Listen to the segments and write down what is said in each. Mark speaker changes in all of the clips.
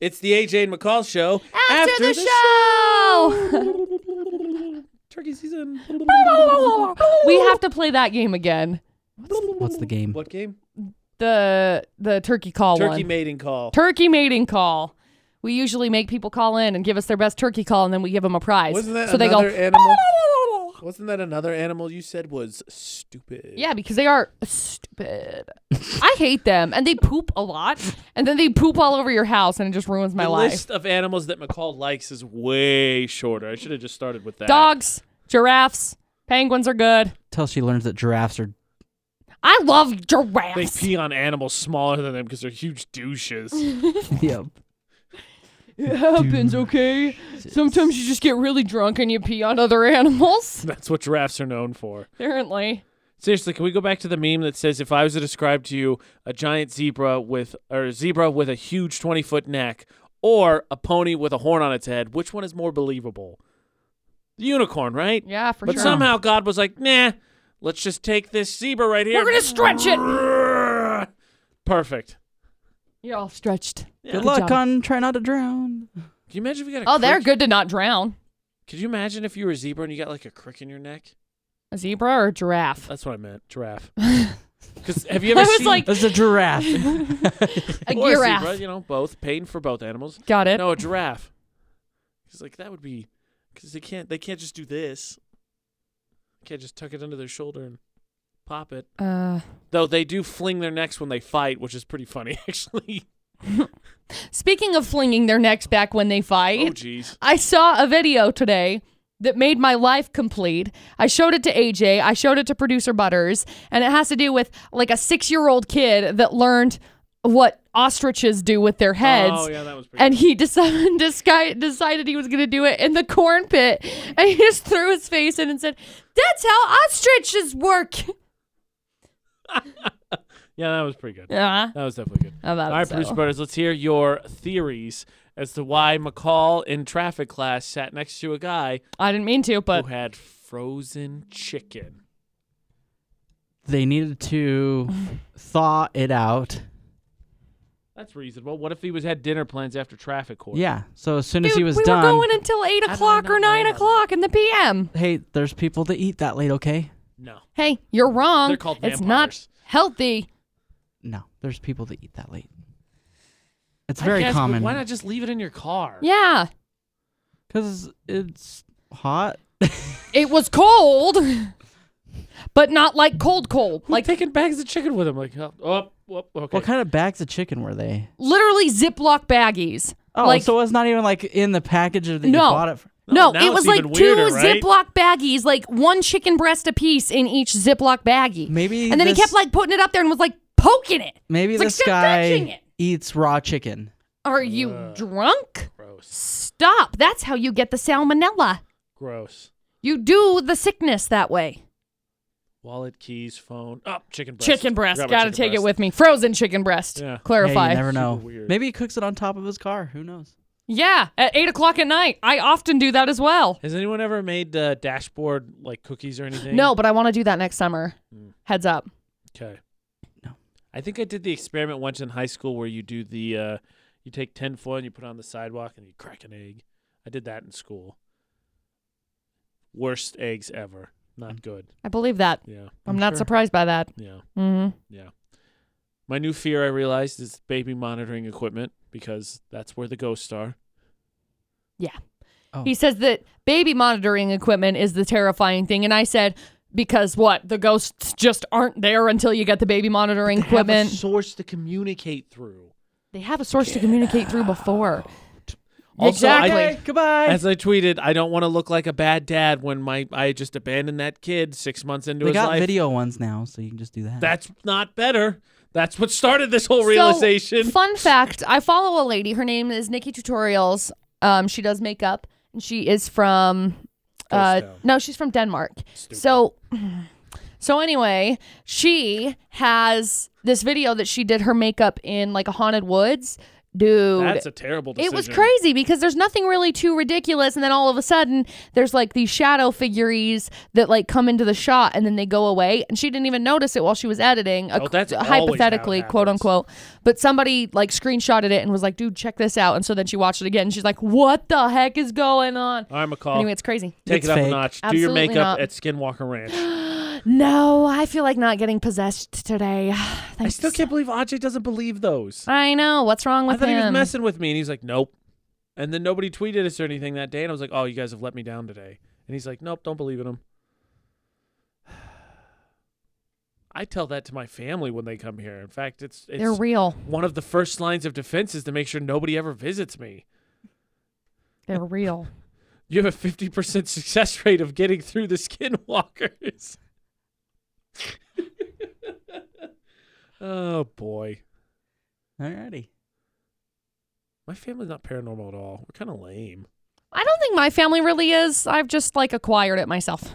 Speaker 1: It's the AJ and McCall show.
Speaker 2: After, the, show,
Speaker 1: Turkey season.
Speaker 2: we have to play that game again.
Speaker 3: What's the game?
Speaker 1: What game?
Speaker 2: The the turkey call
Speaker 1: Turkey
Speaker 2: one.
Speaker 1: mating call.
Speaker 2: turkey mating call. We usually make people call in and give us their best turkey call, and then we give them a prize.
Speaker 1: Wasn't that
Speaker 2: so they
Speaker 1: another
Speaker 2: go.
Speaker 1: animal? Wasn't that another animal you said was stupid?
Speaker 2: Yeah, because they are stupid. I hate them, and they poop a lot, and then they poop all over your house, and it just ruins my
Speaker 1: the
Speaker 2: life.
Speaker 1: list of animals that McCall likes is way shorter. I should have just started with that.
Speaker 2: Dogs, giraffes, penguins are good.
Speaker 3: Till she learns that giraffes are.
Speaker 2: I love
Speaker 1: They
Speaker 2: giraffes.
Speaker 1: pee on animals smaller than them because they're huge douches.
Speaker 3: yep.
Speaker 2: it happens, okay? Sometimes you just get really drunk and you pee on other animals.
Speaker 1: That's what giraffes are known for.
Speaker 2: Apparently.
Speaker 1: Seriously, can we go back to the meme that says if I was to describe to you a giant zebra with or a zebra with a huge 20-foot neck or a pony with a horn on its head, which one is more believable? The unicorn, right?
Speaker 2: Yeah, for
Speaker 1: but
Speaker 2: sure.
Speaker 1: somehow God was like, "Nah, let's just take this zebra right here."
Speaker 2: We're gonna stretch it.
Speaker 1: it. Perfect.
Speaker 2: You're all stretched.
Speaker 3: Good luck
Speaker 2: job.
Speaker 3: on try not to drown.
Speaker 1: Can you imagine if we got a
Speaker 2: Oh, they're
Speaker 1: crick-
Speaker 2: good to not drown.
Speaker 1: Could you imagine if you were a zebra and you got like a crick in your neck?
Speaker 2: A zebra or a giraffe?
Speaker 1: That's what I meant, giraffe. Because have you
Speaker 2: I
Speaker 1: ever
Speaker 2: was
Speaker 1: seen
Speaker 2: like-
Speaker 3: That's a giraffe.
Speaker 2: A
Speaker 1: or
Speaker 2: giraffe.
Speaker 1: zebra, you know, both pain for both animals.
Speaker 2: Got it.
Speaker 1: No, a giraffe. He's like that would be because they can't they can't just do this. Can't just tuck it under their shoulder and pop it.
Speaker 2: Uh,
Speaker 1: Though they do fling their necks when they fight, which is pretty funny actually.
Speaker 2: speaking of flinging their necks back when they fight,
Speaker 1: Oh jeez.
Speaker 2: I saw a video today that made my life complete. I showed it to AJ, I showed it to producer Butters, and it has to do with like a six year old kid that learned what ostriches do with their heads.
Speaker 1: Oh yeah, that was pretty.
Speaker 2: And he decided, disguy- decided he was going to do it in the corn pit. And he just threw his face in and said, That's how ostriches work.
Speaker 1: yeah, that was pretty good.
Speaker 2: Yeah.
Speaker 1: That was definitely good.
Speaker 2: Uh-huh. About
Speaker 1: All right,
Speaker 2: Oh, so.
Speaker 1: producer brothers, let's hear your theories as to why McCall in traffic class sat next to a guy
Speaker 2: I didn't mean to, but
Speaker 3: Oh,
Speaker 1: who had frozen chicken.
Speaker 3: they needed to thaw it out.
Speaker 1: That's reasonable. What if he was had dinner plans after traffic court?
Speaker 3: Yeah. So as soon as
Speaker 2: Dude,
Speaker 3: he was
Speaker 2: we
Speaker 3: done,
Speaker 2: were going until 8
Speaker 1: I
Speaker 2: o'clock
Speaker 1: not
Speaker 2: or
Speaker 1: know
Speaker 2: 9
Speaker 1: that?
Speaker 2: o'clock in the PM.
Speaker 3: hey, there's people that eat that late. Okay.
Speaker 1: No.
Speaker 2: Hey, you're wrong.
Speaker 1: They're called
Speaker 2: It's not
Speaker 1: vampires.
Speaker 2: healthy.
Speaker 3: No, there's people that eat that late. It's
Speaker 1: I
Speaker 3: very
Speaker 1: guess, but
Speaker 3: common.
Speaker 1: Why not just leave it in your car?
Speaker 2: Yeah.
Speaker 3: Because it's hot.
Speaker 2: It was cold, but not like cold, cold.
Speaker 1: Like
Speaker 2: Like
Speaker 1: taking bags of chicken with him. Like, oh, oh, oh, okay.
Speaker 3: What kind of bags of chicken were they?
Speaker 2: literally Ziploc baggies.
Speaker 3: Oh,
Speaker 2: like,
Speaker 3: so it's not even like in the package that you
Speaker 2: No.
Speaker 3: bought it. For.
Speaker 2: No,
Speaker 1: Oh, now
Speaker 2: it was
Speaker 1: it's
Speaker 2: like
Speaker 1: even
Speaker 2: two
Speaker 1: weirder, right?
Speaker 2: Ziploc baggies, like one chicken breast apiece in each Ziploc baggie.
Speaker 3: Maybe.
Speaker 2: and then
Speaker 3: this,
Speaker 2: he kept like putting it up there and was like poking it.
Speaker 3: Maybe
Speaker 2: it's like
Speaker 3: this
Speaker 2: stop touching
Speaker 3: guy
Speaker 2: it.
Speaker 3: eats raw chicken.
Speaker 2: Are you
Speaker 1: Ugh.
Speaker 2: drunk?
Speaker 1: Gross.
Speaker 2: Stop. That's how you get the salmonella.
Speaker 1: Gross.
Speaker 2: You do the sickness that way.
Speaker 1: Wallet, keys, phone. Oh, chicken breast.
Speaker 2: Chicken breast.
Speaker 1: Forgot about
Speaker 2: Gotta
Speaker 1: chicken
Speaker 2: take it
Speaker 1: breast.
Speaker 2: with me. Frozen chicken breast.
Speaker 1: Yeah.
Speaker 3: Hey,
Speaker 2: Clarify.
Speaker 3: you never know.
Speaker 1: Super weird.
Speaker 3: Maybe he cooks it on top of his car. Who knows?
Speaker 2: yeah, at eight o'clock at night. I often do that as well.
Speaker 1: Has anyone ever made uh, dashboard like cookies or anything?
Speaker 2: No, but I want to do that next summer. Heads up.
Speaker 1: Okay.
Speaker 3: No.
Speaker 1: I think I did the experiment once in high school where you do the, uh, you take tin foil and you put it on the sidewalk and you crack an egg. I did that in school. Worst eggs ever.
Speaker 2: Mm.
Speaker 1: Not good.
Speaker 2: I believe that.
Speaker 1: Yeah.
Speaker 2: I'm,
Speaker 3: I'm
Speaker 2: not
Speaker 3: sure.
Speaker 2: surprised by that.
Speaker 1: Yeah.
Speaker 2: hmm
Speaker 1: My new fear I realized is baby monitoring equipment because that's where the ghosts are.
Speaker 3: Oh.
Speaker 2: He says that baby monitoring equipment is the terrifying thing. And I said, because what? The ghosts just aren't there until you get the baby monitoring equipment.
Speaker 1: source to communicate through.
Speaker 2: they have a source to communicate through before.
Speaker 1: Also, I-
Speaker 2: Exactly.
Speaker 3: goodbye.
Speaker 1: As I tweeted, I don't want to look like a bad dad when my I just abandoned that kid six months into
Speaker 3: they
Speaker 1: his
Speaker 3: got
Speaker 1: life.
Speaker 3: video ones now, so you can just do that.
Speaker 1: That's not better. That's what started this whole
Speaker 2: So,
Speaker 1: realization.
Speaker 2: fun fact I follow a lady. Her name is Nikki Tutorials. Um, she does makeup and she is from. Uh,
Speaker 1: Ghost town.
Speaker 2: no, she's from Denmark. So, so anyway, she has this video that she did her makeup in like a haunted woods dude.
Speaker 1: That's a terrible decision.
Speaker 2: it was crazy because there's nothing really too ridiculous and then all of a sudden there's like these shadow figurines that like come into the shot and then they go away and she didn't even notice it while she was editing a-
Speaker 1: Oh, that's always how it
Speaker 2: hypothetically quote
Speaker 1: happens.
Speaker 2: unquote but somebody like screenshotted it and was like dude check this out and so then she watched it again and she's like what the heck is going on
Speaker 1: All right, McCall.
Speaker 2: anyway it's crazy
Speaker 1: take
Speaker 3: It's
Speaker 1: it up a
Speaker 3: fake.
Speaker 1: notch. Do your
Speaker 2: Absolutely
Speaker 1: makeup
Speaker 2: not.
Speaker 1: at Skinwalker Ranch.
Speaker 2: no i feel like not getting possessed today
Speaker 1: I still can't believe Ajay doesn't believe those.
Speaker 2: i know what's wrong
Speaker 1: I
Speaker 2: with
Speaker 1: thought he was
Speaker 2: him
Speaker 1: messing with me, and he's like, "Nope." And then nobody tweeted us or anything that day, and I was like, "Oh, you guys have let me down today." And he's like, "Nope, don't believe in him." I tell that to my family when they come here. In fact, it's it's
Speaker 2: they're real
Speaker 1: one of the first lines of defense is to make sure nobody ever visits me.
Speaker 2: they're real
Speaker 1: You have a fifty percent success rate of getting through the skinwalkers. oh boy,
Speaker 3: Alrighty.
Speaker 1: my family's not paranormal at all. We're kind of lame.
Speaker 2: i don't think my family really is i've just like acquired it myself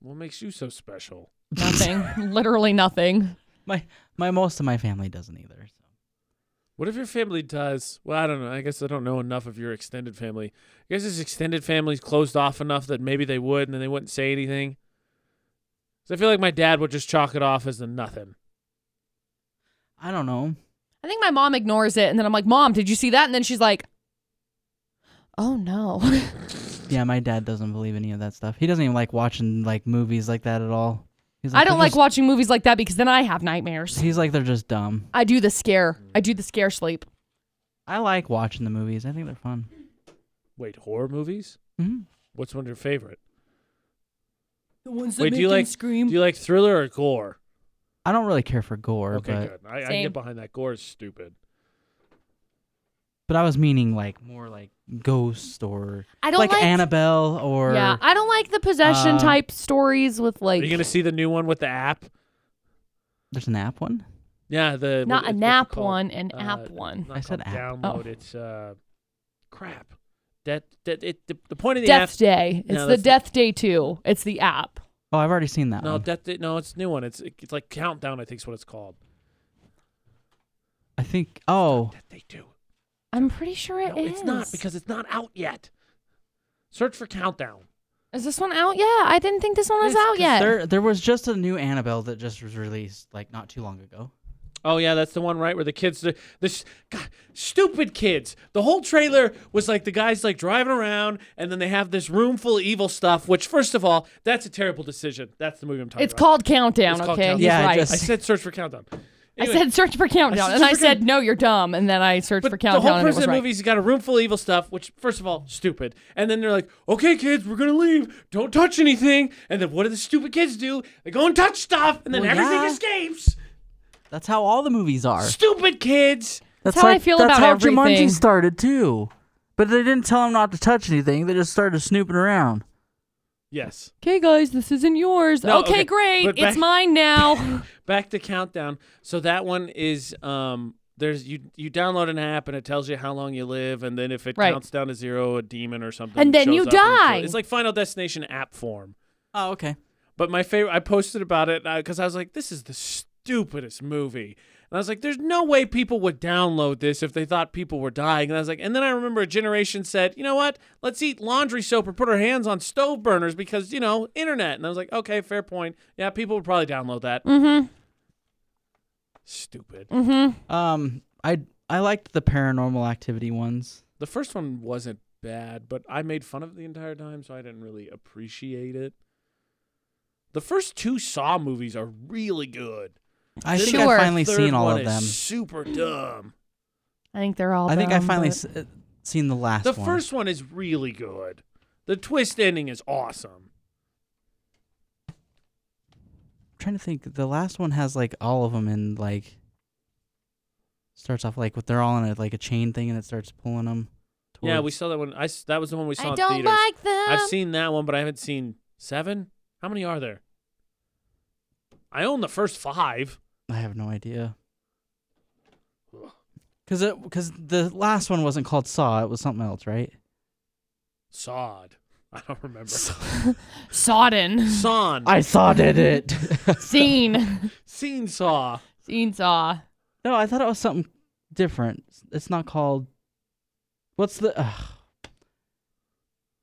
Speaker 1: What makes you so special?
Speaker 2: Nothing. Literally nothing.
Speaker 3: My my most of my family doesn't either. So.
Speaker 1: What if your family does? Well, I don't know. I guess I don't know enough of your extended family. I guess this extended family's closed off enough that maybe they would, and then they wouldn't say anything. So I feel like my dad would just chalk it off as a nothing.
Speaker 3: I don't know.
Speaker 2: I think my mom ignores it, and then I'm like, "Mom, did you see that?" And then she's like, "Oh no."
Speaker 3: Yeah, my dad doesn't believe any of that stuff. He doesn't even like watching like movies like that at all. He's
Speaker 2: I don't
Speaker 3: "They're
Speaker 2: like
Speaker 3: just-
Speaker 2: watching movies like that because then I have nightmares.
Speaker 3: He's like they're just dumb.
Speaker 2: I do the scare. I do the scare sleep.
Speaker 3: I like watching the movies. I think they're fun.
Speaker 1: Wait, horror movies?
Speaker 3: hmm
Speaker 1: What's one of your favorite?
Speaker 2: The ones
Speaker 1: Wait, do you like
Speaker 2: scream.
Speaker 1: do you like thriller or gore?
Speaker 3: I don't really care for gore,
Speaker 1: okay,
Speaker 3: but
Speaker 1: good. I, I can
Speaker 2: Same.
Speaker 1: get behind that. Gore is stupid.
Speaker 3: but I was meaning like more like ghost or
Speaker 2: I don't like.
Speaker 3: like, Annabelle or
Speaker 2: yeah, I don't like the possession
Speaker 3: um,
Speaker 2: type stories with like
Speaker 1: Uh, Are you gonna see the new one with the app?
Speaker 3: there's an app one.
Speaker 1: Yeah, the
Speaker 2: not
Speaker 1: what-
Speaker 2: a
Speaker 1: what's it
Speaker 2: nap
Speaker 1: called?
Speaker 2: one, an
Speaker 1: Uh,
Speaker 2: app one. Oh.
Speaker 1: not
Speaker 3: I said
Speaker 1: called
Speaker 3: app.
Speaker 1: Download. It's uh, crap. That that it the, the point of the app
Speaker 2: Death Day. It's
Speaker 1: No,
Speaker 2: the
Speaker 1: that's-
Speaker 2: Death Day two. It's the app.
Speaker 3: Oh, I've already seen that
Speaker 1: No,
Speaker 3: one.
Speaker 1: that, that- no, it's a new one. It's it's like countdown. I think is what it's called.
Speaker 3: I think. Oh,
Speaker 1: That they do.
Speaker 2: I'm pretty sure it
Speaker 1: No,
Speaker 2: is.
Speaker 1: it's not because it's not out yet. Search for countdown.
Speaker 2: is this one out? Yeah, I didn't think this one was
Speaker 1: Yes,
Speaker 2: out
Speaker 1: 'cause
Speaker 2: yet.
Speaker 3: there there was just a new Annabelle that just was released like not too long ago.
Speaker 1: Oh yeah, that's the one right where the kids, the this God, stupid kids. The whole trailer was like the guys like driving around, and then they have this room full of evil stuff. Which, first of all, that's a terrible decision. That's the movie I'm talking
Speaker 2: It's
Speaker 1: about.
Speaker 2: called Countdown,
Speaker 1: It's
Speaker 2: okay?
Speaker 1: called Countdown.
Speaker 2: He's
Speaker 3: Yeah, I
Speaker 2: right.
Speaker 3: just-
Speaker 1: I said search for countdown.
Speaker 2: I
Speaker 1: Anyway.
Speaker 2: said search for Countdown,
Speaker 1: I
Speaker 2: and I
Speaker 1: searched for
Speaker 2: said,
Speaker 1: Count-
Speaker 2: no, you're dumb. And then I searched for
Speaker 1: the
Speaker 2: Countdown,
Speaker 1: whole
Speaker 2: and it
Speaker 1: premise
Speaker 2: was
Speaker 1: of the
Speaker 2: right.
Speaker 1: movie's got a room full of evil stuff, which first of all, stupid. And then they're like, "Okay, kids, we're gonna leave. Don't touch anything." And then what do the stupid kids do? They go and touch stuff, and then
Speaker 3: Well,
Speaker 1: everything
Speaker 3: yeah.
Speaker 1: escapes.
Speaker 3: That's how all the movies are.
Speaker 1: Stupid kids.
Speaker 3: That's
Speaker 2: how I feel
Speaker 3: that's
Speaker 2: about
Speaker 3: how
Speaker 2: everything.
Speaker 3: Jumanji started too. But they didn't tell him not to touch anything. They just started snooping around.
Speaker 1: Yes.
Speaker 2: Okay, guys, this isn't yours.
Speaker 1: No,
Speaker 2: okay,
Speaker 1: okay,
Speaker 2: great.
Speaker 1: but
Speaker 2: it's
Speaker 1: back-
Speaker 2: mine now.
Speaker 1: Back to countdown. So that one is um. There's you you download an app and it tells you how long you live and then if it
Speaker 2: Right.
Speaker 1: counts down to zero a demon or something
Speaker 2: And then
Speaker 1: shows
Speaker 2: you
Speaker 1: up and kills-
Speaker 2: die.
Speaker 1: It's like Final Destination app form.
Speaker 3: Oh, okay.
Speaker 1: But my favorite, I posted about it because I was like, this is the stupidest movie. And I was like, there's no way people would download this if they thought people were dying. And I was like, and then I remember a generation said, you know what? Let's eat laundry soap or put our hands on stove burners because, you know, internet. And I was like, okay, fair point. Yeah, people would probably download that.
Speaker 2: mm-hmm.
Speaker 1: Stupid.
Speaker 2: Mm-hmm.
Speaker 3: Um, I I liked the Paranormal Activity ones.
Speaker 1: The first one wasn't bad, but I made fun of it the entire time, so I didn't really appreciate it. The first two Saw movies are really good.
Speaker 3: I
Speaker 1: Then
Speaker 3: think
Speaker 2: Sure.
Speaker 3: I've finally
Speaker 1: third
Speaker 3: seen all
Speaker 1: one
Speaker 3: of
Speaker 1: is
Speaker 3: them.
Speaker 1: Super dumb.
Speaker 2: I think they're all
Speaker 3: I think I
Speaker 2: dumb,
Speaker 3: finally
Speaker 2: but-
Speaker 3: s- uh, seen the last
Speaker 1: the
Speaker 3: one.
Speaker 1: first one is really good. The twist ending is awesome.
Speaker 3: I'm trying to think. The last one has like all of them and like starts off like with they're all in a, like a chain thing and it starts pulling them. Towards,
Speaker 1: Yeah, we saw that one. I s- that was the one we saw
Speaker 2: I
Speaker 1: in
Speaker 2: don't
Speaker 1: theaters.
Speaker 2: like them.
Speaker 1: I've seen that one, but I haven't seen seven. How many are there? I own the first five.
Speaker 3: I have no idea. Cause it because the last one wasn't called Saw. It was something else, right?
Speaker 1: Sod. I don't remember.
Speaker 2: Sodden.
Speaker 1: Son.
Speaker 3: I thought it. it.
Speaker 2: Scene.
Speaker 1: Scene saw.
Speaker 2: Scene saw.
Speaker 3: no, I thought it was something different. It's not called. What's the ugh,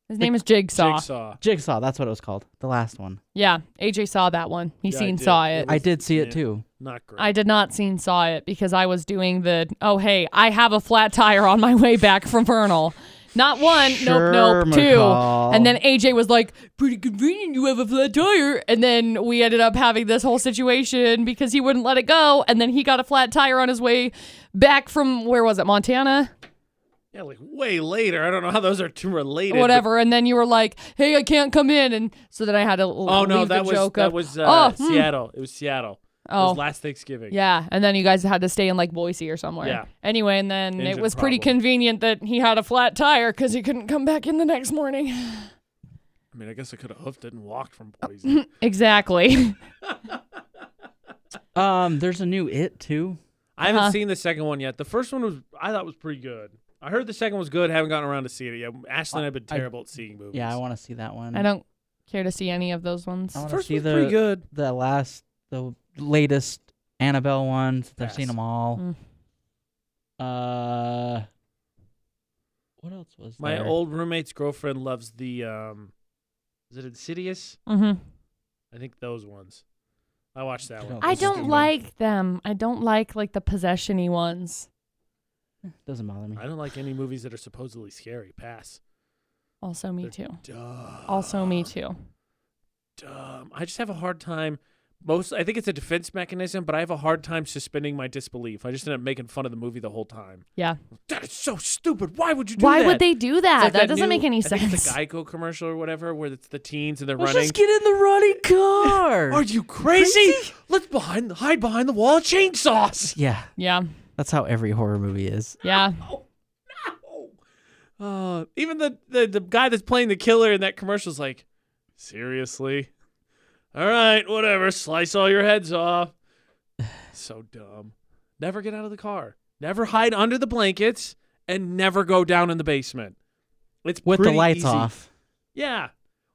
Speaker 2: His name is Jigsaw.
Speaker 1: Jigsaw.
Speaker 3: jigsaw? That's what it was called. The last one.
Speaker 2: Yeah, AJ saw that one. He
Speaker 1: Yeah, I
Speaker 2: seen
Speaker 1: did.
Speaker 2: saw it.
Speaker 1: It
Speaker 3: I
Speaker 1: was-
Speaker 3: did see it
Speaker 1: yeah.
Speaker 3: too.
Speaker 1: Not great.
Speaker 2: I did not seen saw it because I was doing the oh hey I have a flat tire on my way back from Vernal. Not one,
Speaker 3: Sure,
Speaker 2: nope, nope, two.
Speaker 3: McCall.
Speaker 2: And then AJ was like, "Pretty convenient, you have a flat tire." And then we ended up having this whole situation because he wouldn't let it go, and then he got a flat tire on his way back from where was it, Montana?
Speaker 1: yeah, like way later. I don't know how those are two related. but-
Speaker 2: whatever. And then you were like, "Hey, I can't come in," and so then I had to.
Speaker 1: Oh no,
Speaker 2: leave
Speaker 1: that
Speaker 2: the
Speaker 1: was
Speaker 2: joke
Speaker 1: that
Speaker 2: of,
Speaker 1: was
Speaker 2: oh,
Speaker 1: uh,
Speaker 2: hmm,
Speaker 1: Seattle. It was Seattle. It
Speaker 2: Oh.
Speaker 1: was last Thanksgiving.
Speaker 2: Yeah, and then you guys had to stay in like Boise or somewhere.
Speaker 1: Yeah.
Speaker 2: Anyway, and then it
Speaker 1: Engine
Speaker 2: was pretty
Speaker 1: problem.
Speaker 2: convenient that he had a flat tire because he couldn't come back in the next morning.
Speaker 1: I mean, I guess I could have hoofed it and walked from
Speaker 2: Oh.
Speaker 1: Boise.
Speaker 2: exactly.
Speaker 3: Um, there's a new it too.
Speaker 1: I haven't
Speaker 2: Uh-huh.
Speaker 1: seen the second one yet. The first one was I thought was pretty good. I heard the second was good. Haven't gotten around to seeing it yet. Ashley and I've been
Speaker 3: I-
Speaker 1: terrible at seeing movies.
Speaker 3: Yeah, I want to see that one.
Speaker 2: I don't care to see any of those ones.
Speaker 3: I wanna
Speaker 1: First
Speaker 3: see
Speaker 1: one's
Speaker 3: the
Speaker 1: pretty good.
Speaker 3: the last the latest Annabelle ones. I've seen
Speaker 1: Pass.
Speaker 3: them all.
Speaker 2: Mm.
Speaker 3: Uh, what else was
Speaker 1: My
Speaker 3: there?
Speaker 1: old roommate's girlfriend loves the um, is it Insidious?
Speaker 2: Mm-hmm.
Speaker 1: I think those ones. I watched that
Speaker 3: I
Speaker 1: one.
Speaker 3: don't
Speaker 2: I
Speaker 3: Those
Speaker 2: don't
Speaker 3: stupid.
Speaker 2: like them. I don't like like the possessiony ones.
Speaker 3: doesn't bother me.
Speaker 1: I don't like any movies that are supposedly scary. Pass.
Speaker 2: Also, me
Speaker 1: They're Ah.
Speaker 2: too.
Speaker 1: Duh.
Speaker 2: Also, me too.
Speaker 1: dumb. I just have a hard time. Most, I think it's a defense mechanism, but I have a hard time suspending my disbelief. I just end up making fun of the movie the whole time.
Speaker 2: Yeah.
Speaker 1: That is so stupid. Why would you do
Speaker 2: Why
Speaker 1: that?
Speaker 2: would they do that?
Speaker 1: It's like
Speaker 2: that, doesn't
Speaker 1: new-
Speaker 2: make any
Speaker 1: I think
Speaker 2: sense.
Speaker 1: it's the Geico commercial or whatever, where it's the teens and they're
Speaker 3: Let's
Speaker 1: running.
Speaker 3: just get in the running car.
Speaker 1: Are you crazy?
Speaker 3: Crazy?
Speaker 1: Let's behind hide behind the wall of chainsaws.
Speaker 3: yeah,
Speaker 2: yeah.
Speaker 3: that's how every horror movie is.
Speaker 2: Yeah.
Speaker 1: Oh no! Oh. Uh, even the, the the guy that's playing the killer in that commercial's like, seriously? All right, whatever. Slice all your heads off. so dumb. Never get out of the car. Never hide under the blankets, and never go down in the basement. It's
Speaker 3: With the
Speaker 1: pretty
Speaker 3: lights
Speaker 1: easy.
Speaker 3: off.
Speaker 1: Yeah.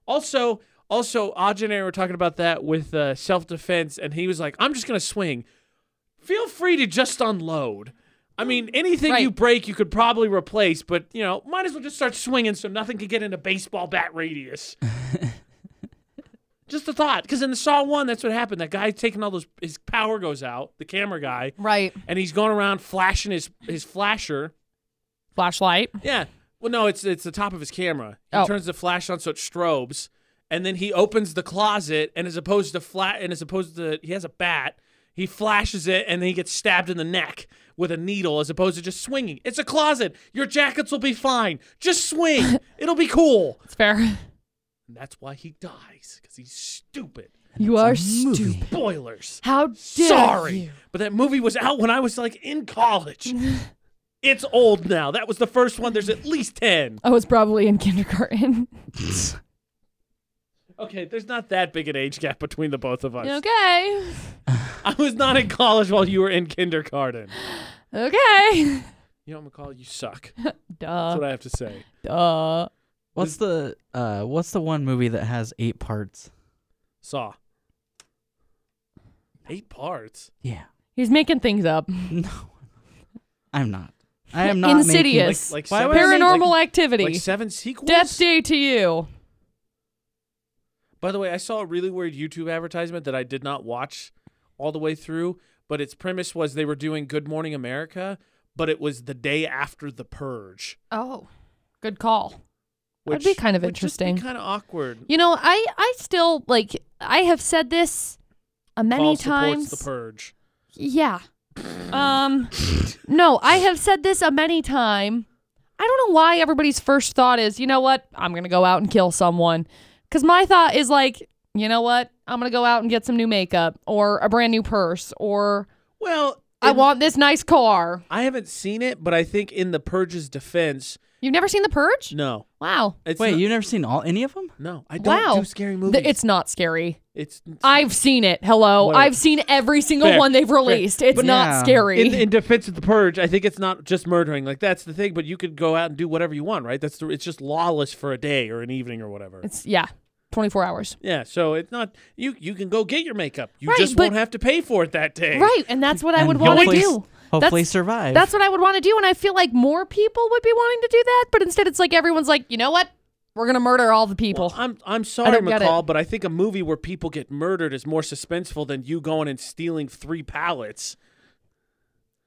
Speaker 1: Also, also, Aj and I were talking about that with uh, self defense, and he was like, "I'm just gonna swing. Feel free to just unload. I mean, anything
Speaker 2: Right.
Speaker 1: you break, you could probably replace, but you know, might as well just start swinging so nothing could get into baseball bat radius." just a thought, because in the Saw One, that's what happened. That guy taking all those, his power goes out. The camera guy,
Speaker 2: Right.
Speaker 1: and he's going around flashing his his flasher.
Speaker 2: Flashlight.
Speaker 1: Yeah. Well, no, it's it's the top of his camera. He
Speaker 2: Oh.
Speaker 1: turns the flash on so it strobes, and then he opens the closet, and as opposed to flat, and as opposed to he has a bat, he flashes it, and then he gets stabbed in the neck with a needle, as opposed to just swinging. It's a closet. Your jackets will be fine. Just swing. It'll be cool.
Speaker 2: It's fair.
Speaker 1: And that's why he dies because he's stupid.
Speaker 2: You are stupid.
Speaker 1: Boilers.
Speaker 2: How dare
Speaker 1: Sorry,
Speaker 2: you.
Speaker 1: but that movie was out when I was like in college. it's old now. That was the first one. There's at least ten.
Speaker 2: I was Oh, probably in kindergarten.
Speaker 1: Okay, there's not that big an age gap between the both of us.
Speaker 2: okay.
Speaker 1: I was not in college while you were in kindergarten.
Speaker 2: Okay.
Speaker 1: You know, McCall, you suck. That's
Speaker 2: Duh.
Speaker 1: what I have to say.
Speaker 2: Duh.
Speaker 3: What's the uh? What's the one movie that has eight parts?
Speaker 1: Saw. Eight parts.
Speaker 3: Yeah.
Speaker 2: He's making things up.
Speaker 3: No, I'm not. I am not.
Speaker 1: Like,
Speaker 2: Insidious.
Speaker 1: like
Speaker 3: Why
Speaker 1: seven,
Speaker 3: would I
Speaker 1: like-
Speaker 2: Paranormal
Speaker 1: like,
Speaker 2: activity.
Speaker 1: seven sequels.
Speaker 2: Death Day to you.
Speaker 1: By the way, I saw a really weird YouTube advertisement that I did not watch all the way through, but its premise was they were doing Good Morning America, but it was the day after the purge.
Speaker 2: Oh. Good call.
Speaker 1: Which
Speaker 2: That'd be kind of
Speaker 1: would just be
Speaker 2: interesting.
Speaker 1: Kind of awkward.
Speaker 2: You know, I I still like I have said this uh, many
Speaker 1: Paul
Speaker 2: times.
Speaker 1: supports the purge.
Speaker 2: Yeah. um no, I have said this a many time. I don't know why everybody's first thought is, you know what? I'm going to go out and kill someone. Cuz my thought is like, you know what? I'm going to go out and get some new makeup or a brand new purse or
Speaker 1: Well,
Speaker 2: I
Speaker 1: in-
Speaker 2: want this nice car.
Speaker 1: I haven't seen it, but I think in the Purge's defense,
Speaker 2: You've never seen The Purge?
Speaker 1: no,
Speaker 2: Wow.
Speaker 1: it's
Speaker 3: Wait,
Speaker 1: not-
Speaker 3: you've never seen all any of them?
Speaker 1: no, I don't
Speaker 2: Wow.
Speaker 1: do scary
Speaker 2: Th-
Speaker 1: movies.
Speaker 2: it's not scary.
Speaker 1: it's,
Speaker 2: I've seen it. Hello.
Speaker 1: Whatever.
Speaker 2: I've seen every single
Speaker 1: Fair.
Speaker 2: one they've released. It's
Speaker 3: But-
Speaker 2: not
Speaker 3: Yeah.
Speaker 2: scary.
Speaker 1: in, in defense of the Purge. I think it's not just murdering, like that's the thing. But you could go out and do whatever you want, right? That's the, it's just lawless for a day or an evening or whatever.
Speaker 2: it's yeah. 24 hours.
Speaker 1: yeah, so it's not you. You can go get your makeup. You
Speaker 2: Right,
Speaker 1: just
Speaker 2: but-
Speaker 1: won't have to pay for it that day.
Speaker 2: Right, and that's what I
Speaker 3: And
Speaker 2: would
Speaker 3: no
Speaker 2: want to
Speaker 3: place-
Speaker 2: do.
Speaker 3: Hopefully survive.
Speaker 2: That's what I would want to do. And I feel like more people would be wanting to do that. But instead, it's like everyone's like, you know what? We're going to murder all the people.
Speaker 1: Well, I'm I'm sorry,
Speaker 2: don't get it.
Speaker 1: McCall, but I think a movie where people get murdered is more suspenseful than you going and stealing three pallets.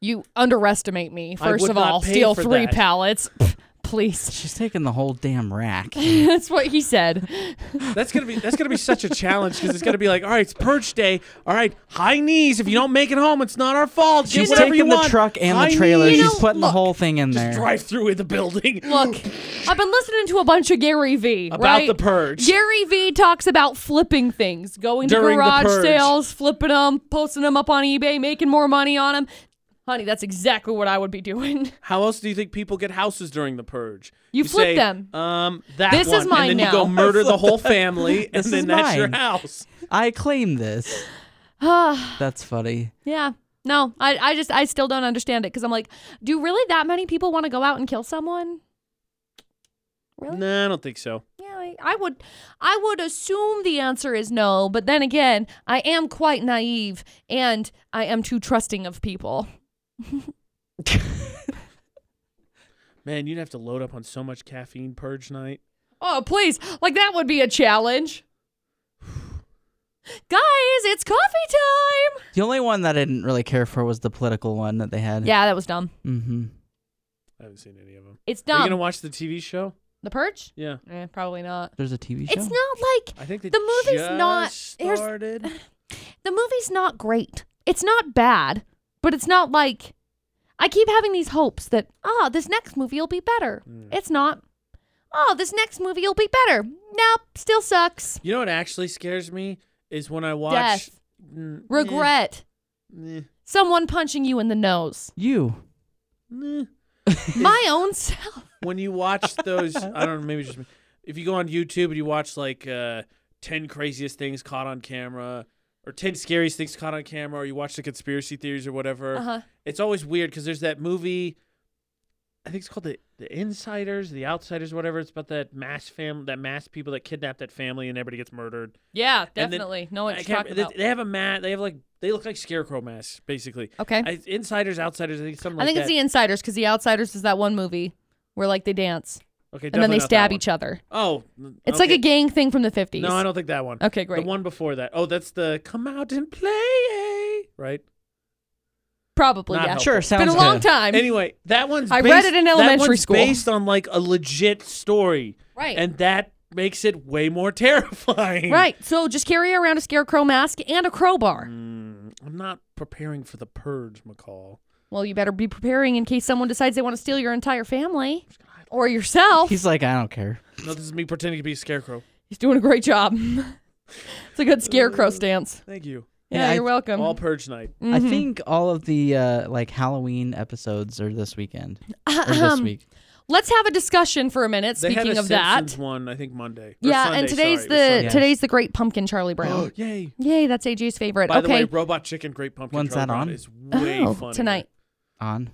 Speaker 2: you underestimate me,
Speaker 1: I
Speaker 2: first
Speaker 1: would
Speaker 2: of
Speaker 1: not
Speaker 2: all.
Speaker 1: pay
Speaker 2: Steal
Speaker 1: for
Speaker 2: three
Speaker 1: that.
Speaker 2: pallets. Please.
Speaker 3: She's taking the whole damn rack.
Speaker 2: That's what he said.
Speaker 1: That's gonna be that's gonna be such a challenge because it's gonna be like, all right, it's purge day. All right, high knees. If you don't make it home, it's not our fault. Get
Speaker 3: She's
Speaker 1: whatever
Speaker 3: taking
Speaker 1: you
Speaker 3: the
Speaker 1: want.
Speaker 3: truck and
Speaker 1: High
Speaker 3: the trailer.
Speaker 1: knees.
Speaker 2: You
Speaker 3: She's
Speaker 2: know,
Speaker 3: putting
Speaker 2: look,
Speaker 3: the whole thing in there.
Speaker 1: drive through in the building.
Speaker 2: Look, I've been listening to a bunch of Gary Vee
Speaker 1: About
Speaker 2: right?
Speaker 1: the purge.
Speaker 2: Gary Vee talks about flipping things, going
Speaker 1: During
Speaker 2: to
Speaker 1: the
Speaker 2: garage
Speaker 1: purge.
Speaker 2: sales, flipping them, posting them up on eBay, making more money on them. Honey, that's exactly what I would be doing.
Speaker 1: How else do you think people get houses during the purge?
Speaker 2: You flip
Speaker 1: say,
Speaker 2: them.
Speaker 1: Um, that
Speaker 2: This is
Speaker 1: one,
Speaker 2: mine
Speaker 1: and then
Speaker 2: now.
Speaker 1: you go murder the
Speaker 3: flipped
Speaker 1: whole family, and
Speaker 3: This
Speaker 1: then
Speaker 3: is
Speaker 1: that's your
Speaker 3: mine.
Speaker 1: house.
Speaker 3: I claim this.
Speaker 2: Ah.
Speaker 3: That's funny.
Speaker 2: yeah. No, I, I just, I still don't understand it because I'm like, do really that many people want to go out and kill someone? Really?
Speaker 1: No, I don't think so.
Speaker 2: Yeah, I- I would I would assume the answer is no, but then again, I am quite naive and I am too trusting of people.
Speaker 1: Man, you'd have to load up on so much caffeine purge night.
Speaker 2: Oh, please. Like that would be a challenge. Guys, it's coffee time.
Speaker 3: The only one that I didn't really care for was the political one that they had.
Speaker 2: Yeah, that was dumb.
Speaker 3: Mm-hmm.
Speaker 1: I haven't seen any of them.
Speaker 2: It's
Speaker 1: Are you
Speaker 2: dumb.
Speaker 1: gonna watch the TV show?
Speaker 2: the purge?
Speaker 1: Yeah,
Speaker 2: Eh, probably not.
Speaker 3: There's a TV show.
Speaker 2: It's not like
Speaker 1: I think they
Speaker 2: The movie's
Speaker 1: just
Speaker 2: not- here's-
Speaker 1: started.
Speaker 2: the movie's not great. It's not bad, but it's not like I keep having these hopes that ah, this next movie will be better.
Speaker 1: Mm.
Speaker 2: It's not. Oh, this next movie will be better. Nope, still sucks.
Speaker 1: You know what actually scares me is when I watch
Speaker 2: Death.
Speaker 1: Mm, eh,
Speaker 2: Regret.
Speaker 1: eh,
Speaker 2: Someone punching you in the nose.
Speaker 3: you.
Speaker 1: eh.
Speaker 2: My own self.
Speaker 1: when you watch those, I don't know, maybe it's just me. If you go on YouTube and you watch like uh, 10 craziest things caught on camera or 10 scariest things caught on camera or you watch the conspiracy theories or whatever,
Speaker 2: Uh-huh.
Speaker 1: it's always weird because there's that movie. I think it's called the the Insiders, the Outsiders, whatever. It's about that mass fam, that mass people that kidnap that family and everybody gets murdered.
Speaker 2: Yeah,
Speaker 1: And then-
Speaker 2: no
Speaker 1: I can't- they, they have a mat. They have like they look like scarecrow masks, basically.
Speaker 2: Okay. I,
Speaker 1: I, insiders, outsiders. I think something.
Speaker 2: think
Speaker 1: like
Speaker 2: it's
Speaker 1: that.
Speaker 2: The Insiders because The Outsiders is that one movie where like they dance
Speaker 1: Okay,
Speaker 2: and then they stab each other.
Speaker 1: Oh,
Speaker 2: It's like a gang thing from the 50s.
Speaker 1: No, I don't think that one.
Speaker 2: Okay, great.
Speaker 1: The one before that. Oh, that's the come out and play, eh? right?
Speaker 2: Probably,
Speaker 1: Not
Speaker 2: yeah.
Speaker 1: helpful.
Speaker 3: Sure,
Speaker 2: It's
Speaker 3: sounds
Speaker 2: been a
Speaker 3: good.
Speaker 2: long time.
Speaker 1: Anyway, that one's.
Speaker 2: I
Speaker 1: based-
Speaker 2: read it in
Speaker 1: that
Speaker 2: elementary
Speaker 1: one's
Speaker 2: school.
Speaker 1: Based on like a legit story,
Speaker 2: Right.
Speaker 1: and that makes it way more terrifying.
Speaker 2: Right. So just carry around a scarecrow mask and a crowbar.
Speaker 1: Mm, I'm not preparing for the purge, McCall.
Speaker 2: Well, you better be preparing in case someone decides they want to steal your entire family or yourself.
Speaker 3: He's like, I don't care.
Speaker 1: No, this is me pretending to be a scarecrow.
Speaker 2: He's doing a great job. it's a good
Speaker 1: Uh,
Speaker 2: scarecrow stance.
Speaker 1: Thank you.
Speaker 2: Yeah,
Speaker 3: Yeah, I-
Speaker 2: you're welcome.
Speaker 1: All purge night.
Speaker 3: I
Speaker 2: Mm-hmm.
Speaker 3: think all of the uh, like Halloween episodes are this weekend or this
Speaker 2: Ahem.
Speaker 3: week.
Speaker 2: Let's have a discussion for a minute.
Speaker 1: they had
Speaker 2: Speaking
Speaker 1: a
Speaker 2: of
Speaker 1: Simpsons
Speaker 2: that,
Speaker 1: one, I think Monday. Or
Speaker 2: yeah,
Speaker 1: Sunday,
Speaker 2: and today's
Speaker 1: sorry,
Speaker 2: the
Speaker 1: it was
Speaker 2: today's the Great Pumpkin, Charlie Brown.
Speaker 1: Sunday. yay.
Speaker 2: Yay, that's AJ's favorite.
Speaker 1: By
Speaker 2: okay,
Speaker 1: the way, Robot Chicken Great Pumpkin
Speaker 3: When's
Speaker 1: Charlie
Speaker 3: that
Speaker 1: Brown
Speaker 3: on?
Speaker 1: is way
Speaker 2: oh,
Speaker 1: funnier.
Speaker 2: tonight,
Speaker 3: On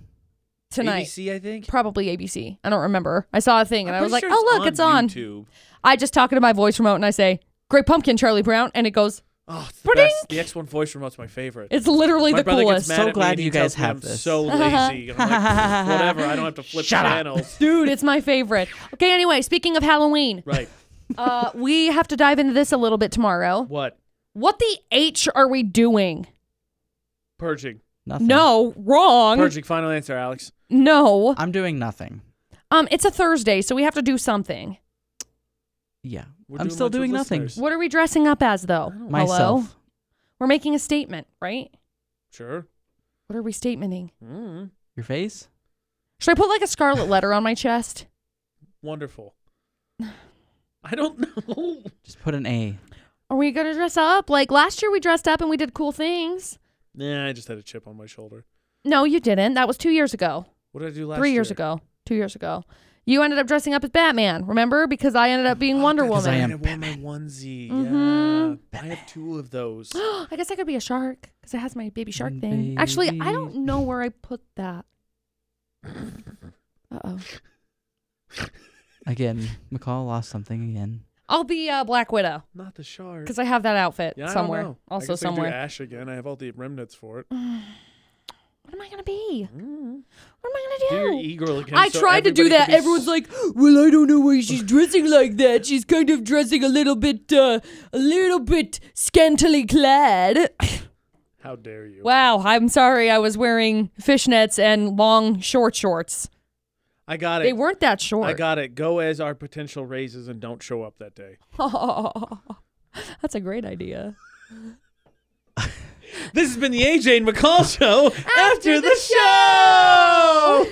Speaker 2: tonight,
Speaker 1: ABC, I think.
Speaker 2: probably ABC. I don't remember. I saw a thing and
Speaker 1: I'm
Speaker 2: I was like,
Speaker 1: pretty sure
Speaker 2: oh look, it's on.
Speaker 1: YouTube.
Speaker 2: I just talk into my voice remote and I say, "Great Pumpkin, Charlie Brown," and it goes.
Speaker 1: Oh, it's the best. The X1 voice remote's my favorite.
Speaker 2: It's literally
Speaker 1: my
Speaker 2: the
Speaker 1: brother
Speaker 2: coolest.
Speaker 1: Gets mad
Speaker 3: So
Speaker 1: at
Speaker 3: glad
Speaker 1: me and he
Speaker 3: you
Speaker 1: tells
Speaker 3: guys
Speaker 1: me
Speaker 3: have
Speaker 1: I'm
Speaker 3: this.
Speaker 1: so lazy. And I'm like, whatever. I don't have to flip
Speaker 3: Shut up.
Speaker 1: channels.
Speaker 2: Dude, it's my favorite. Okay, anyway, speaking of Halloween,
Speaker 1: Right.
Speaker 2: uh, we have to dive into this a little bit tomorrow.
Speaker 1: What?
Speaker 2: What the H are we doing?
Speaker 1: Purging.
Speaker 3: nothing.
Speaker 2: No, wrong.
Speaker 1: Purging. Final answer, Alex.
Speaker 2: No.
Speaker 3: I'm doing nothing.
Speaker 2: Um, it's a Thursday, so we have to do something.
Speaker 3: Yeah,
Speaker 1: We're
Speaker 3: I'm
Speaker 1: doing
Speaker 3: still
Speaker 1: lots of
Speaker 3: doing nothing.
Speaker 1: listeners.
Speaker 2: What are we dressing up as, though?
Speaker 3: Myself.
Speaker 2: Hello? We're making a statement, right?
Speaker 1: Sure.
Speaker 2: What are we statementing?
Speaker 1: Mm.
Speaker 3: Your face.
Speaker 2: Should I put like a scarlet letter on my chest?
Speaker 1: Wonderful. I don't know.
Speaker 3: Just put an A.
Speaker 2: Are we gonna dress up? Like last year, we dressed up and we did cool things.
Speaker 1: Nah, I just had a chip on my shoulder.
Speaker 2: No, you didn't. That was two years ago.
Speaker 1: What did I do last
Speaker 2: three years
Speaker 1: year?
Speaker 2: ago, two years ago. You ended up dressing up as Batman, remember? Because I ended up being Wonder
Speaker 1: Oh, Because
Speaker 2: Woman.
Speaker 3: I
Speaker 1: I,
Speaker 3: am
Speaker 1: had wore my onesie.
Speaker 2: Mhm.
Speaker 1: Yeah. I have two of those.
Speaker 2: I guess I could be a shark because it has my baby shark thing.
Speaker 3: Baby.
Speaker 2: Actually, I don't know where I put that. Uh oh.
Speaker 3: Again, McCall lost something again.
Speaker 2: I'll be uh, Black Widow
Speaker 1: Not the shark.
Speaker 2: because I have that outfit
Speaker 1: yeah, I don't
Speaker 2: somewhere.
Speaker 1: know. I
Speaker 2: Also
Speaker 1: guess I could do
Speaker 2: somewhere.
Speaker 1: ash again. I have all the remnants for it.
Speaker 2: I, What am I gonna be?
Speaker 1: Mm.
Speaker 2: What am I
Speaker 1: Do
Speaker 2: gonna do?
Speaker 1: your e-girl again.
Speaker 2: I
Speaker 1: so
Speaker 2: tried to do
Speaker 1: everybody
Speaker 2: that.
Speaker 1: can be
Speaker 2: Everyone's like, "Well, I don't know why she's dressing like that. She's kind of dressing a little bit, uh, a little bit scantily clad."
Speaker 1: How dare you?
Speaker 2: wow, I'm sorry. I was wearing fishnets and long short shorts.
Speaker 1: I got it.
Speaker 2: They weren't that short.
Speaker 1: I got it. Go as our potential raises and don't show up that day.
Speaker 2: That's a great idea.
Speaker 1: This has been the AJ and McCall show after,
Speaker 2: the
Speaker 1: the show!